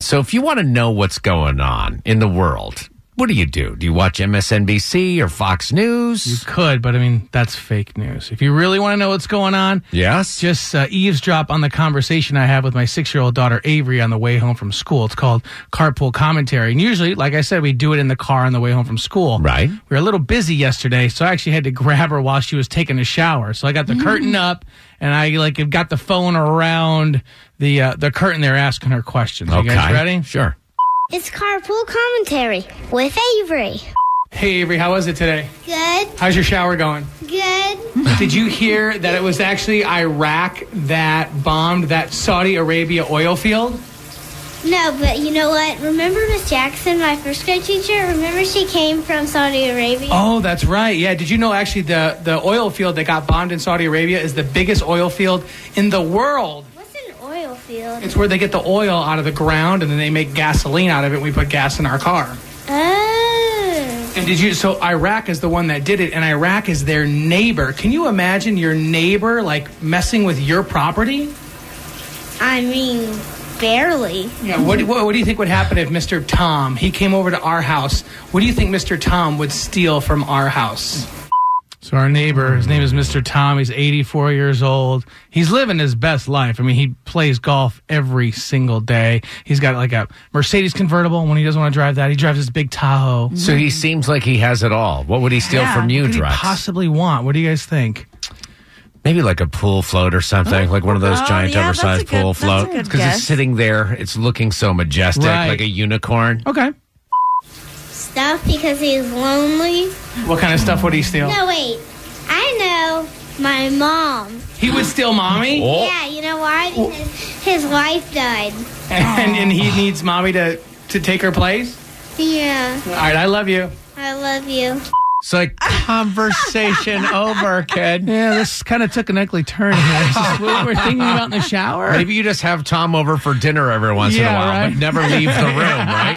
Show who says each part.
Speaker 1: So, if you want to know what's going on in the world, what do you do? Do you watch MSNBC or Fox News?
Speaker 2: Could, but I mean, that's fake news. If you really want to know what's going on,
Speaker 1: Yes.
Speaker 2: just uh, eavesdrop on the conversation I have with my six year old daughter Avery on the way home from school. It's called carpool commentary. And usually, like I said, we do it in the car on the way home from school.
Speaker 1: Right.
Speaker 2: We were a little busy yesterday, so I actually had to grab her while she was taking a shower. So I got the curtain up and I like got the phone around the uh, the curtain there asking her questions. You guys ready?
Speaker 1: Sure.
Speaker 3: It's carpool commentary with Avery.
Speaker 2: Hey Avery, how was it today?
Speaker 3: Good,
Speaker 2: How's your shower going?
Speaker 3: good.
Speaker 2: Did you hear that it was actually Iraq that bombed that Saudi Arabia oil field?
Speaker 3: No, but you know what? Remember Miss Jackson, my first grade teacher? Remember she came from Saudi Arabia?
Speaker 2: Oh, that's right. Yeah. Did you know actually the, the oil field that got bombed in Saudi Arabia is the biggest oil field in the world?
Speaker 3: What's an oil field?
Speaker 2: It's where they get the oil out of the ground and then they make gasoline out of it. We put gas in our car.
Speaker 3: Oh.
Speaker 2: And did you? So Iraq is the one that did it, and Iraq is their neighbor. Can you imagine your neighbor like messing with your property?
Speaker 3: I mean, barely.
Speaker 2: Yeah. What, what, what do you think would happen if Mr. Tom he came over to our house? What do you think Mr. Tom would steal from our house? So our neighbor, his name is Mr. Tom. He's 84 years old. He's living his best life. I mean, he plays golf every single day. He's got like a Mercedes convertible. When he doesn't want to drive that, he drives this big Tahoe.
Speaker 1: So
Speaker 4: Mm.
Speaker 1: he seems like he has it all. What would he steal from you,
Speaker 2: what could he
Speaker 1: Drex?
Speaker 2: possibly want? What do you guys think?
Speaker 1: Maybe like a pool float or something, like one of those
Speaker 4: Oh,
Speaker 1: giant
Speaker 4: yeah, that's a
Speaker 1: oversized
Speaker 4: good-
Speaker 1: pool
Speaker 4: that's a
Speaker 1: floats.
Speaker 4: good
Speaker 1: Because it's
Speaker 4: guess.
Speaker 1: sitting there, it's looking so majestic,
Speaker 2: Right.
Speaker 1: like a unicorn.
Speaker 2: Okay.
Speaker 3: Stuff because he's lonely.
Speaker 2: What kind of stuff would he steal?
Speaker 3: No, wait. I know my mom.
Speaker 2: He would steal mommy,
Speaker 1: Oh.
Speaker 3: Yeah, you know why? Because his wife died.
Speaker 2: and, and he needs mommy to, to take her place.
Speaker 3: Yeah,
Speaker 2: All right, I love you.
Speaker 3: I love you.
Speaker 1: It's like conversation over, kid.
Speaker 2: Yeah, this kind of took an ugly turn here. This is what we're thinking about in the shower.
Speaker 1: Maybe you just have Tom over for dinner every once in a
Speaker 2: Yeah,
Speaker 1: while,
Speaker 2: right.
Speaker 1: but never leave the room, right?